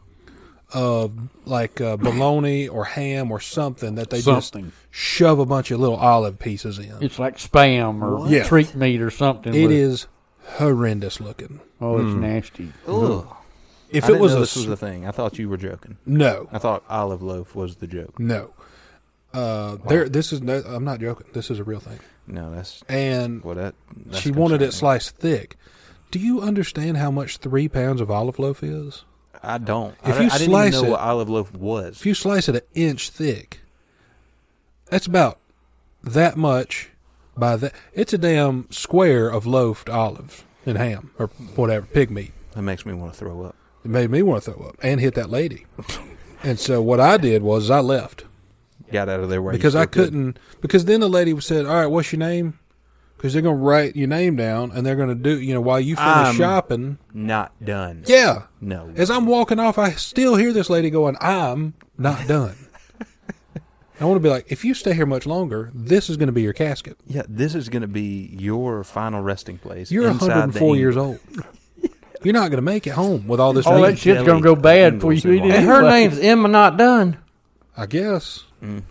like uh, bologna or ham or something that they
Something.
just shove a bunch of little olive pieces in.
It's like spam or
Yes.
treat meat or something.
It
with
is horrendous looking.
Oh, it's nasty.
Ugh.
If
I
it
didn't
was
know
a
this was
s-
a Oh. thing. I thought you were joking.
no,
I thought olive loaf was the joke.
no, uh, there. This is no. I'm not joking. This is a real thing.
No, that's
And
well that. That's
she wanted it
concerning.
sliced thick. Do you understand how much three pounds of olive loaf is?
I don't.
If
I,
you
I didn't
slice
even know
it-
what olive loaf was.
If you slice it an inch thick, that's about that much by that. It's a damn square of loafed olives and ham or whatever pig meat.
That makes me want to throw up.
It made me want to throw up and hit that lady. And so what I did was I left
Got out of there where you
because I
still could.
couldn't. Because then the lady said, "All right, what's your name?" Because they're going to write your name down and they're going to do you know while you finish
I'm-
shopping.
Not done.
Yeah.
No.
As I'm walking off, I still hear this lady going, "I'm not done." I want to be like, if you stay here much longer, this is going to be your casket.
Yeah, this is going to be your final resting place.
You're
inside the
104
ink.
years old. You're not going to make it home with all this.
All
meat.
that shit's gonna go bad for you eat
And
it.
her
Anyway.
name's Emma Not Done.
I guess.
Mm.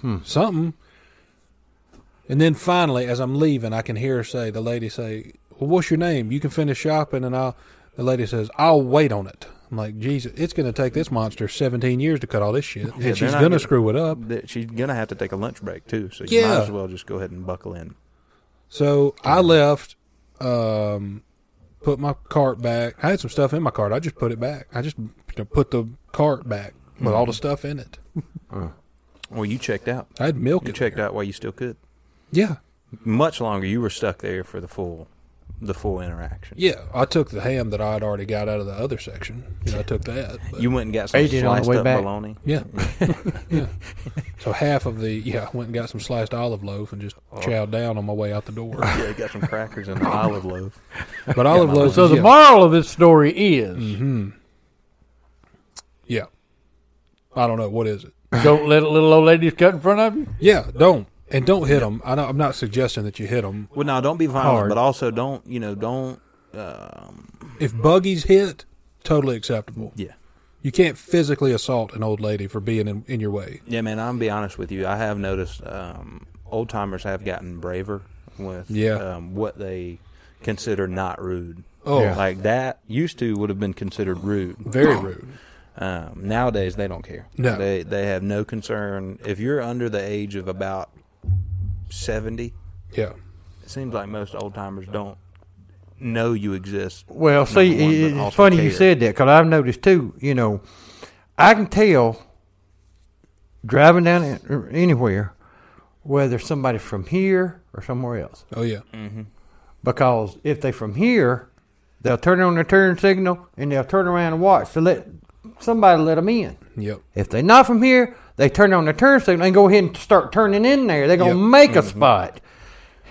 Hmm, Something. And then finally, as I'm leaving, I can hear her say, the lady say, well, what's your name? You can finish shopping and I'll, the lady says, I'll wait on it. I'm like, Jesus, it's going to take this monster 17 years to cut all this shit.
they're
and she's
not
going to
gonna-
screw it up.
That she's going to have to take a lunch break too, so you
Yeah.
might as well just go ahead and buckle in.
So I left, um, put my cart back. I had some stuff in my cart. I just put it back. I just you know, put the cart back with
Mm-hmm.
all the stuff in it.
Well, you checked out.
I had milk
You
in
checked
there.
out while you still could.
Yeah.
Much longer, you were stuck there for the full, the full interaction.
Yeah, I took the ham that I had already got out of the other section. You know, I took that. but-
You went and got some
Ate it on the
sliced
way
up
back.
bologna.
yeah, yeah. So half of the yeah, I went and got some sliced olive loaf and just
Oh.
chowed down on my way out the door.
Yeah, you got some crackers and an olive loaf.
But olive loaf,
So
is-
the
yeah,
moral of this story is
Mm-hmm.
yeah. I don't know what is it.
don't let little old ladies cut in front of you.
Yeah, don't and don't hit them. I know, I'm not suggesting that you hit them.
Well, no, don't be violent,
Hard.
but also don't you know don't. Um,
If buggies hit, totally acceptable.
yeah,
You can't physically assault an old lady for being in, in your way.
yeah, man. I'm be honest with you. I have noticed um, old timers have gotten braver with
Yeah.
um, what they consider not rude.
Oh. Yeah.
like that used to would have been considered rude.
Very rude.
Um, nowadays, they don't care.
No.
they they have no concern. If you're under the age of about seventy,
Yeah.
it seems like most old timers don't know you exist.
Well,
number
see,
one, but
it-
also
it's funny you
care.
said that because I've noticed too. You know, I can tell driving down it- or anywhere whether somebody's from here or somewhere else
Oh yeah.
because if they from here, they'll turn on their turn signal and they'll turn around and watch to let somebody let them in.
Yep.
If they're not from here, they turn on their turn signal and go ahead and start turning in there. They're gonna
Yep. Mm-hmm.
make a spot.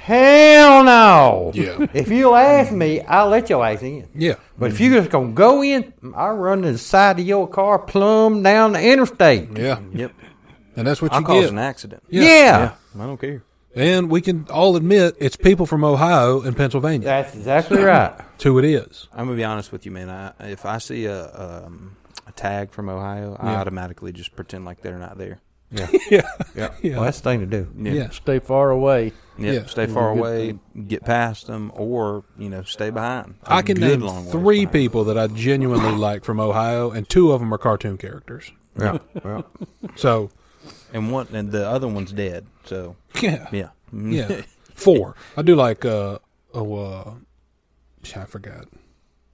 Hell no!
Yeah.
If you'll ask me, I'll let your ass in.
Yeah.
But if you're just gonna go in, I run to the side of your car, plumb down the interstate.
Yeah.
Yep,
And that's what
I
you
caused
get.
an accident.
Yeah,
I don't care.
And we can all admit it's people from Ohio and Pennsylvania.
that's exactly right.
That's who it is.
I'm gonna be honest with you, man. I, if I see a um, a tag from Ohio, I
Yeah.
automatically just pretend like they're not there.
Yeah.
Yeah.
Well, that's the thing to do.
Yeah.
Yeah.
Stay far away.
Yep.
Yeah.
Stay far away, get past them, or you know, stay behind. A
I can
good
name
long ways
three
behind.
people that I genuinely like from Ohio, and two of them are cartoon characters.
Yeah, well,
So,
and one and the other one's dead. So
yeah.
yeah, Mm-hmm.
Yeah. Four. I do like, uh, oh, uh, shit, I forgot.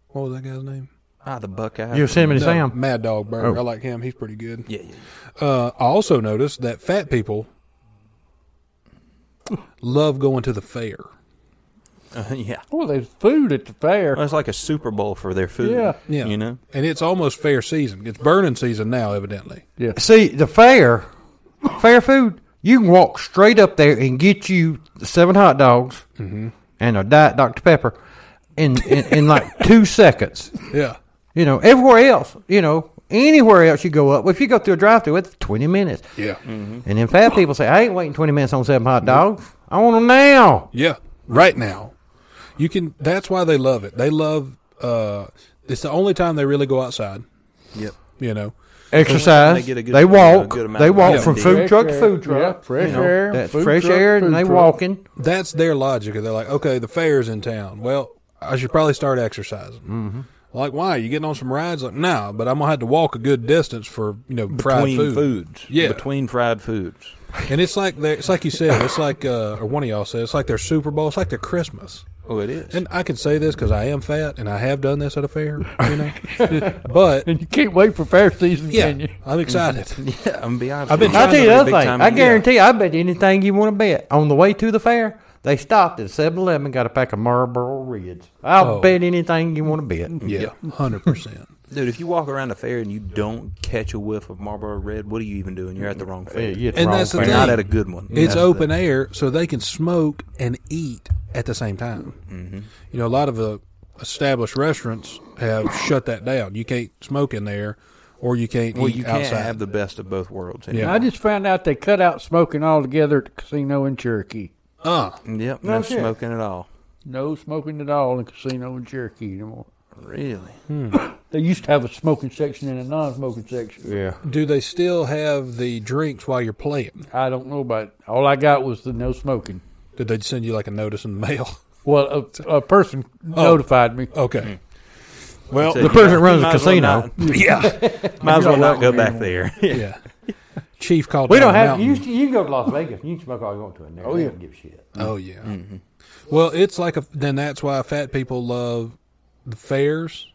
What was that guy's name?
ah, the Buckeye.
Yosemite
No,
Sam.
Mad Dog Burger.
Oh.
I like him. He's pretty good.
Yeah, yeah.
Uh, I also noticed that fat people love going to the fair.
Uh, yeah.
Well, there's food at the fair.
Well, it's like a Super Bowl for their food.
Yeah.
Yeah.
You know?
And it's almost fair season. It's burning season now, evidently.
See, the fair, fair food, you can walk straight up there and get you seven hot dogs
Mm-hmm.
and a Diet Dr. Pepper in, in, in like two seconds.
Yeah.
You know, everywhere else, you know, anywhere else you go up, if you go through a drive through, it's 20 minutes.
Yeah.
Mm-hmm.
And then fat people say, I ain't waiting 20 minutes on seven hot dogs. I want them now.
Yeah, right now. You can. That's why they love it. They love. uh It's the only time they really go outside.
Yep.
You know.
Exercise.
They
They,
get a good-
walk.
a good amount
they
of
walk
vitamin
from
D.
food
Fresh
truck to
air.
food
Yeah,
truck.
fresh
you know,
air,
That
food
fresh
truck,
air, and
food
they
truck.
walking.
That's their logic. They're like, okay, the fair's in town. Well, I should probably start exercising. Mm-hmm. Like, why? You getting on some rides? Like, nah, but I'm gonna have to walk a good distance for you know fried
Between
food.
foods.
Yeah.
Between fried foods.
And it's like they're- it's like you said. It's like uh, or one of y'all said. It's like their Super Bowl. It's like their Christmas.
Oh, it is.
And I can say this because I am fat and I have done this at a fair. You know, but
And you can't wait for fair season, can
yeah,
you?
I'm excited.
yeah, I'm be honest.
I've been
with
I'll
trying
tell
to be
you the other
big
thing.
time
I
in- yeah.
guarantee, I bet anything you want to bet. On the way to the fair, they stopped at 7 Eleven, got a pack of Marlboro Reds. I'll
Oh. Mm-hmm.
bet anything you want to bet.
Yeah, hundred percent.
Dude, if you walk around a fair and you don't catch a whiff of Marlboro Red, what are you even doing? You're at the wrong fair.
Yeah, it's
And
wrong
that's the
fair.
You're
thing.
not at a good one.
It's
That's
open
the-
air, so they can smoke and eat at the same time.
Mm-hmm.
You uh, know, a lot of the established restaurants have shut that down. You can't smoke in there or you can't
Well,
eat
you can't
outside.
have the best of both worlds.
Yeah.
I just found out they cut out smoking altogether at the casino in Cherokee.
uh,
Yep. No,
shit.
smoking at all.
No smoking at all in casino in Cherokee anymore.
Really?
They used to have a smoking section and a non-smoking section.
Yeah.
do they still have the drinks while you're playing?
I don't know about it. All I got was the no smoking.
Did they send you like a notice in the mail?
Well, a, a person notified me.
Okay.
Well,
The person that runs the casino.
Mm-hmm.
Yeah.
might as well not go
You're not
back there.
yeah. Chief called.
We
down
don't
the
have.
mountain.
You, you can go to Las Vegas. You can smoke all you want to in there. Oh, yeah. give a shit.
Oh yeah.
Mm-hmm.
Well, it's like a. Then that's why fat people love the fairs.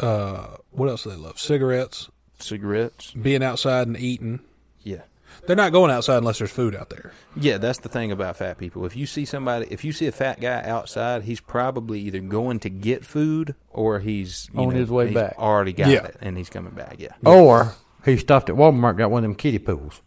Uh, what else do they love? Cigarettes,
Cigarettes.
being outside and eating.
Yeah.
They're not going outside unless there's food out there.
Yeah, that's the thing about fat people. If you see somebody, if you see a fat guy outside, he's probably either going to get food or he's you
On
know,
his way
he's
back.
Already got
Yeah.
it, and he's coming back. Yeah.
Or he stopped at Walmart, got one of them kiddie pools.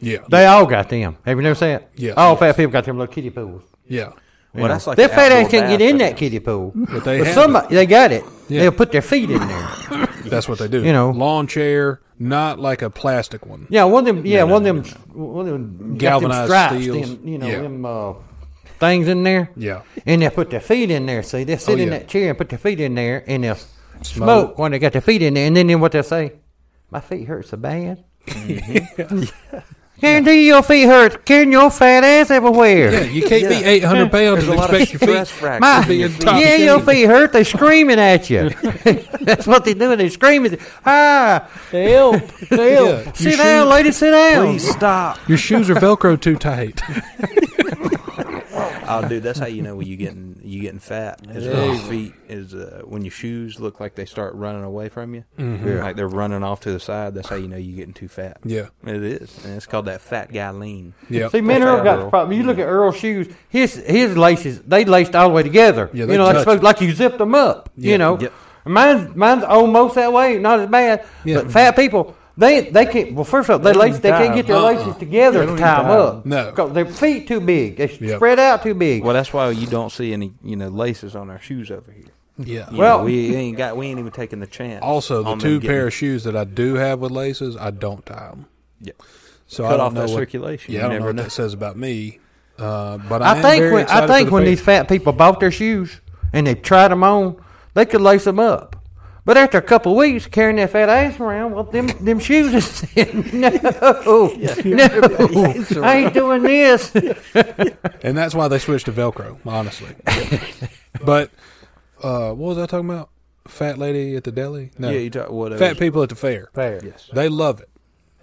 Yeah.
They all got them. Have you never seen it?
Yes,
All
yes.
fat people got them little kiddie pools.
yeah.
Well, that's like
Their
the
fat ass
outdoor
can't get in that
bathroom.
kiddie pool. But
they have
somebody they got it.
Yeah.
They'll put their feet in there.
That's what they do.
You know.
lawn chair, not like a plastic one.
Yeah, one of them. Yeah, one of them. One of them got them
Galvanized
stripes,
steels.
them, you know,
Yeah.
them uh, things in there.
Yeah.
and they put their feet in there. See, they sit
Oh,
in
yeah.
that chair and put their feet in there, and they'll smoke,
Smoke.
when they got their feet in there. And then, then what they say? My feet hurt so bad.
Mm-hmm.
Guarantee your feet hurt. Carrying your fat ass everywhere.
Yeah, you can't be 800 pounds
There's a
and
lot of
expect your
stress
feet.
fractures.
My,
be
in your
in
feet.
top.
yeah, your feet hurt. They screaming at you. That's what they do. They screaming. Ah,
Help! Help!
Yeah.
sit
Your
down,
shoes-
lady. Sit down.
Please stop.
Your shoes are Velcro too tight.
Oh, dude, that's how you know when you getting you getting fat. Is when your feet is uh, when your shoes look like they start running away from you, like they're running off to the side. That's how you know you're getting too fat.
Yeah.
it is, and it's called that fat guy lean.
Yeah.
See, me and
That's
Earl got
Earl.
the problem. You look at Earl's shoes; his his laces they laced all the way together.
Yeah, they
you know, like,
touch.
supposed, like you zipped them up.
Yeah,
You know,
yep.
mine's mine's almost that way, not as bad.
Yeah.
But fat people, they they can't. Well, first of all, they lace they can't get their
Uh-uh.
laces together to
don't
tie them
even tie
up.
No.
because their feet too big. They
Yep.
spread out too big.
Well, that's why you don't see any you know laces on our shoes over here.
Yeah.
You
Well-
know, we ain't got we ain't even taking the chance.
Also, the
on them
two
getting
pair of shoes that I do have with laces, I don't tie them.
Yeah.
So I
cut
don't
off
know
that
what,
circulation.
Yeah, I don't
you
know
never
what
know.
that says about me. Uh, but I,
I
am
think
very
when I
excited for
think
the
when
fair.
these fat people bought their shoes and they tried them on, they could lace them up. But after a couple of weeks carrying that fat ass around, well, them them shoes is no, no, I ain't doing this.
and that's why they switched to Velcro, honestly. but uh, what was I talking about? Fat lady at the deli? No,
Yeah, you talk what
fat people at the fair.
Fair.
Yes.
They love it,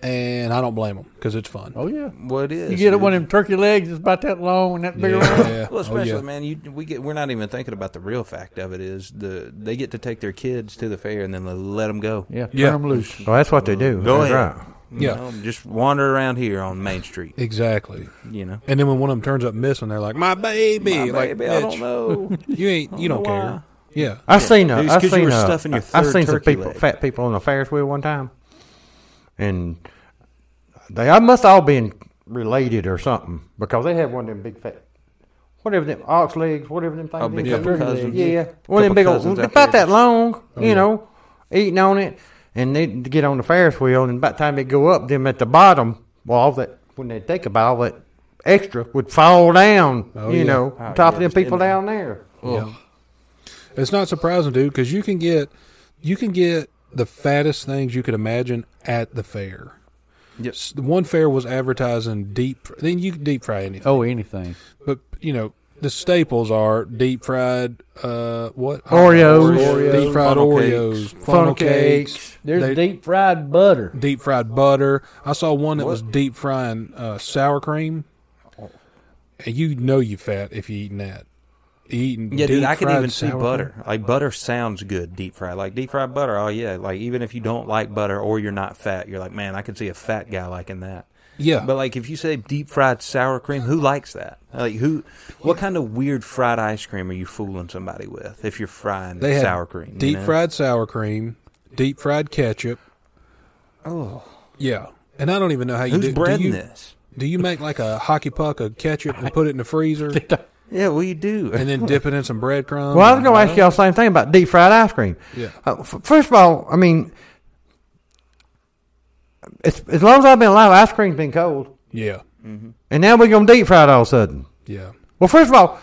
and I don't blame them because it's fun.
Oh yeah.
What is
You get
dude.
one of them turkey legs that's about that long and that big around.
yeah. Oh,
Well, especially
yeah.
man, you, we get we're not even thinking about the real fact of it is the they get to take their kids to the fair and then they let them go.
Yeah, turn
Yeah.
them loose.
Well, that's what they do.
Go
That's
ahead.
right.
You
Yeah.
know, just wander around here on Main Street.
Exactly.
You know,
And then when one of them turns up missing, they're like, "My baby,
My
like,
baby, I
bitch,
don't know.
you ain't, you don't
know why.
care." Yeah,
I seen a,
Dude, it's
I
'cause you
seen
were
a-
stuffing your
I- I
third
seen some
turkey
people,
leg.
fat people on a Ferris wheel one time, and they I must all been related or something because they had one of them big fat, whatever them ox legs, whatever them things.
Oh, big
is.
couple cousins.
yeah, one of them
Couple
big old,
cousins out
about
there. Oh,
that long, you know, eating on it, and they would get on the Ferris wheel, and by the time they go up, them at the bottom, well, all that when they take a all that extra would fall down,
Oh,
you
yeah.
know,
Oh,
on top
yeah,
of
just
them people
in there.
down there.
yeah. It's not surprising, dude, because you can get, you can get the fattest things you could imagine at the fair.
Yep.
S- One fair was advertising deep. Then you can deep fry anything.
Oh, anything.
but you know the staples are deep fried uh what
Oreos.
Oreos,
deep fried
funnel
Oreos,
cakes.
funnel
Funnel
cakes.
cakes.
They-
There's deep fried butter.
deep fried butter. I saw one that was deep frying uh, sour cream. And you know you fat if you eating that. You Eating
Yeah, dude, I can
deep-fried
even see
sour cream.
butter. Like butter sounds good, deep fried. Like deep fried butter. Oh yeah. Like even if you don't like butter or you're not fat, you're like, man, I can see a fat guy liking that.
Yeah,
But like, if you say deep fried sour cream, who likes that? Like, who? What kind of weird fried ice cream are you fooling somebody with? If you're frying
they had
sour cream, you
deep
know?
fried sour cream, deep fried ketchup.
Oh,
Yeah, and I don't even know how you
who's
do.
breading
do you,
this?
Do you make like a hockey puck of ketchup and put it in the freezer
Yeah, well, you do.
and then dip it in some breadcrumbs?
Well, I was going to ask y'all the same thing about deep fried ice cream.
Yeah.
Uh, f- first of all, I mean, It's, as long as I've been alive, ice cream's been cold,
Yeah.
and now we're gonna deep fry it all of a sudden.
Yeah.
Well, first of all,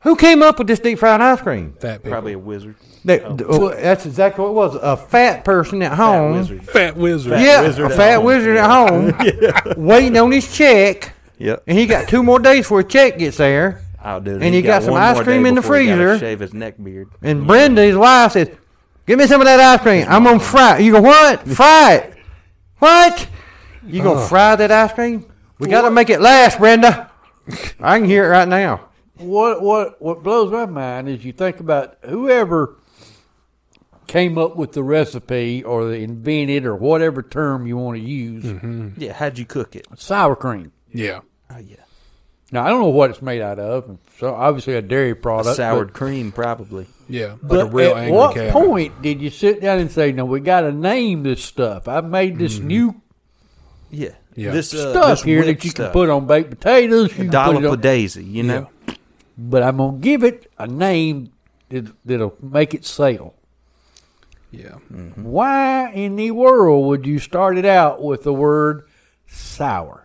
who came up with this deep fried ice cream?
Fat people.
Probably a wizard.
They, well, That's exactly what it was. A fat person at
Oh. Fat
home.
wizard.
Fat wizard.
yeah,
wizard
a
at
fat
home.
wizard at home, waiting on his check,
Yep.
and he got two more days before his check gets there.
I'll do it.
And he got some
one
ice
more
cream
day
in the
before he gotta
freezer.
Shave his neck beard. Mm-hmm.
And Brenda, his wife, says, "Give me some of that ice cream. I'm gonna fry it." You go what? Fry it? What? You gonna fry that ice cream? We got to make it last, Brenda. I can hear it right now.
What what what blows my mind is you think about whoever came up with the recipe or the invented or whatever term you want to use
Yeah. How'd you cook it?
sour cream.
Yeah.
Oh yeah.
Now I don't know what it's made out of, and so obviously a dairy product.
Soured
but-
cream, probably.
Yeah. Like
But
a real
at
angry
what
cat.
point did you sit down and say, "No, we got to name this stuff"? I made this new
Yeah.
Yeah.
Mm-hmm. Uh, This uh,
stuff
this
here
whipped
that you
stuff.
can put on baked potatoes. You can put it
Dollop a
on,
daisy. You know.
but I'm gonna give it a name that, that'll make it sale.
Yeah.
Mm-hmm.
Why in the world would you start it out with the word sour?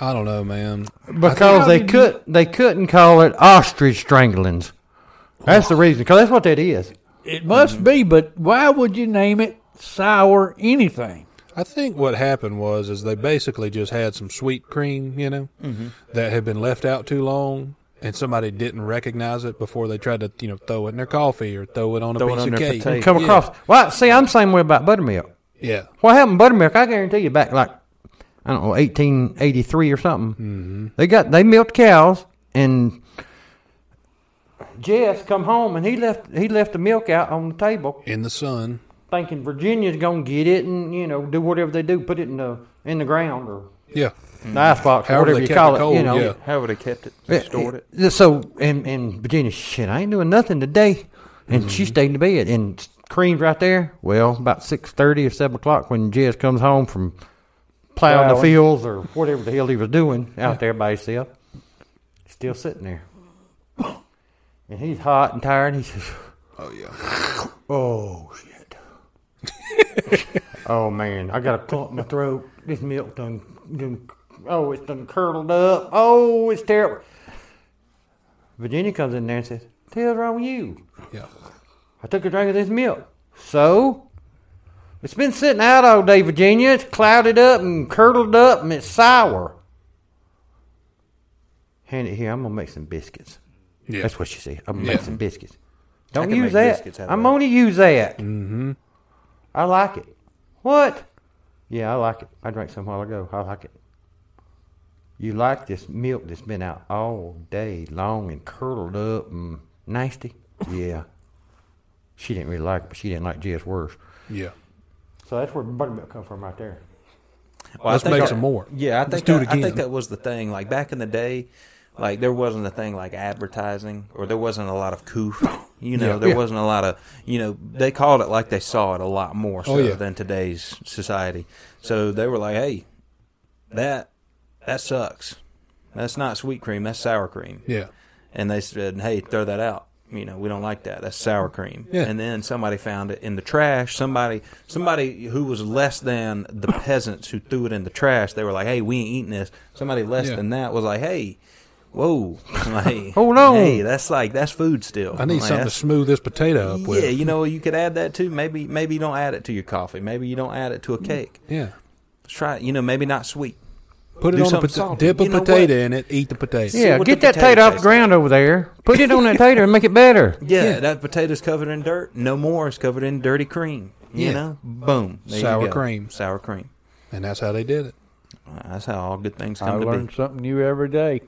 I don't know, man.
Because they could, they couldn't call it ostrich stranglings. That's the reason. Because that's what that is.
It must
Mm-hmm.
be, but why would you name it sour anything?
I think what happened was is they basically just had some sweet cream, you know,
Mm-hmm.
that had been left out too long, and somebody didn't recognize it before they tried to, you know, throw it in their coffee or throw it on a
Throw it
piece
on
of
their
cake.
potato.
Come
Yeah.
across. Well, see, I'm the same way about buttermilk.
Yeah,
What happened to buttermilk? I guarantee you, back like I don't know, 1883 or something. Mm-hmm. They got they milked cows, and Jess come home and he left he left the milk out on the table,
in the sun.
thinking Virginia's gonna get it and you know do whatever they do, put it in the in the ground or
Yeah,
the icebox or
Mm. However
whatever
they
you
kept
call
it
it. you
cold,
know,
yeah.
How would they kept it? They
yeah,
stored it.
yeah, Eh, So and and Virginia, shit, I ain't doing nothing today, and she stayed in bed and creamed right there. Well, about six thirty or seven o'clock when Jez comes home from plowing the
Plowing.
fields or whatever the hell he was doing out there by himself, still sitting there, and he's hot and tired. And he says, "Oh yeah, oh shit, oh man, I got a clump in my throat. This milk done, done oh it's done curdled up. Oh it's terrible." Virginia comes in there and says, "The hell's wrong with you?"
Yeah,
I took a drink of this milk. So? It's been sitting out all day, Virginia. It's clouded up and curdled up and it's sour. Hand it here. I'm going to make some biscuits.
yeah.
That's what she said. I'm going to
Yeah.
make some biscuits. Don't
can
use
make
that.
biscuits out of
I'm
that.
going to use that. Mm-hmm. I like it. What? Yeah, I like it. I drank some while ago. I like it. You like this milk that's been out all day long and curdled up and nasty? Yeah. she didn't really like it, but she didn't like Jess worse.
yeah.
So that's where buttermilk come from right there.
Well, I
Let's
think
make
that-
some more.
Yeah, I
Let's
think
do it
that- I
again.
think that was the thing. Like back in the day, like there wasn't a thing like advertising, or there wasn't a lot of coof. You know,
Yeah.
there
Yeah.
wasn't a lot of you know. They called it like they saw it a lot more so
Oh, yeah.
than today's society. So they were like, "Hey, that that sucks. That's not sweet cream. That's sour cream."
Yeah,
and they said, "Hey, throw that out." You know, we don't like that. That's sour cream.
Yeah.
And then somebody found it in the trash. Somebody, somebody who was less than the peasants who threw it in the trash. They were like, "Hey, we ain't eating this." Somebody less
Yeah.
than that was like, "Hey, whoa, like,
Hold on.
hey, that's like that's food still."
I need
Like,
something to
that's-
smooth this potato up with.
Yeah, you know, you could add that too. Maybe, maybe you don't add it to your coffee. Maybe you don't add it to a cake.
yeah.
Let's try it. You know, maybe not sweet.
Put it
Do
on a
something
potato.
salty.
Dip a
You know
potato
what?
in it. Eat the potato.
Yeah,
what
get
the
that
potato
potato off the
tastes
ground over there. Put it on that tater and make it better.
Yeah, that potato's covered in dirt. No more is covered in dirty cream. You
Yeah.
know, boom, There you
Sour
go.
cream.
sour cream.
and that's how they did it.
That's how all good things
I
come to
learn
be.
something new every day.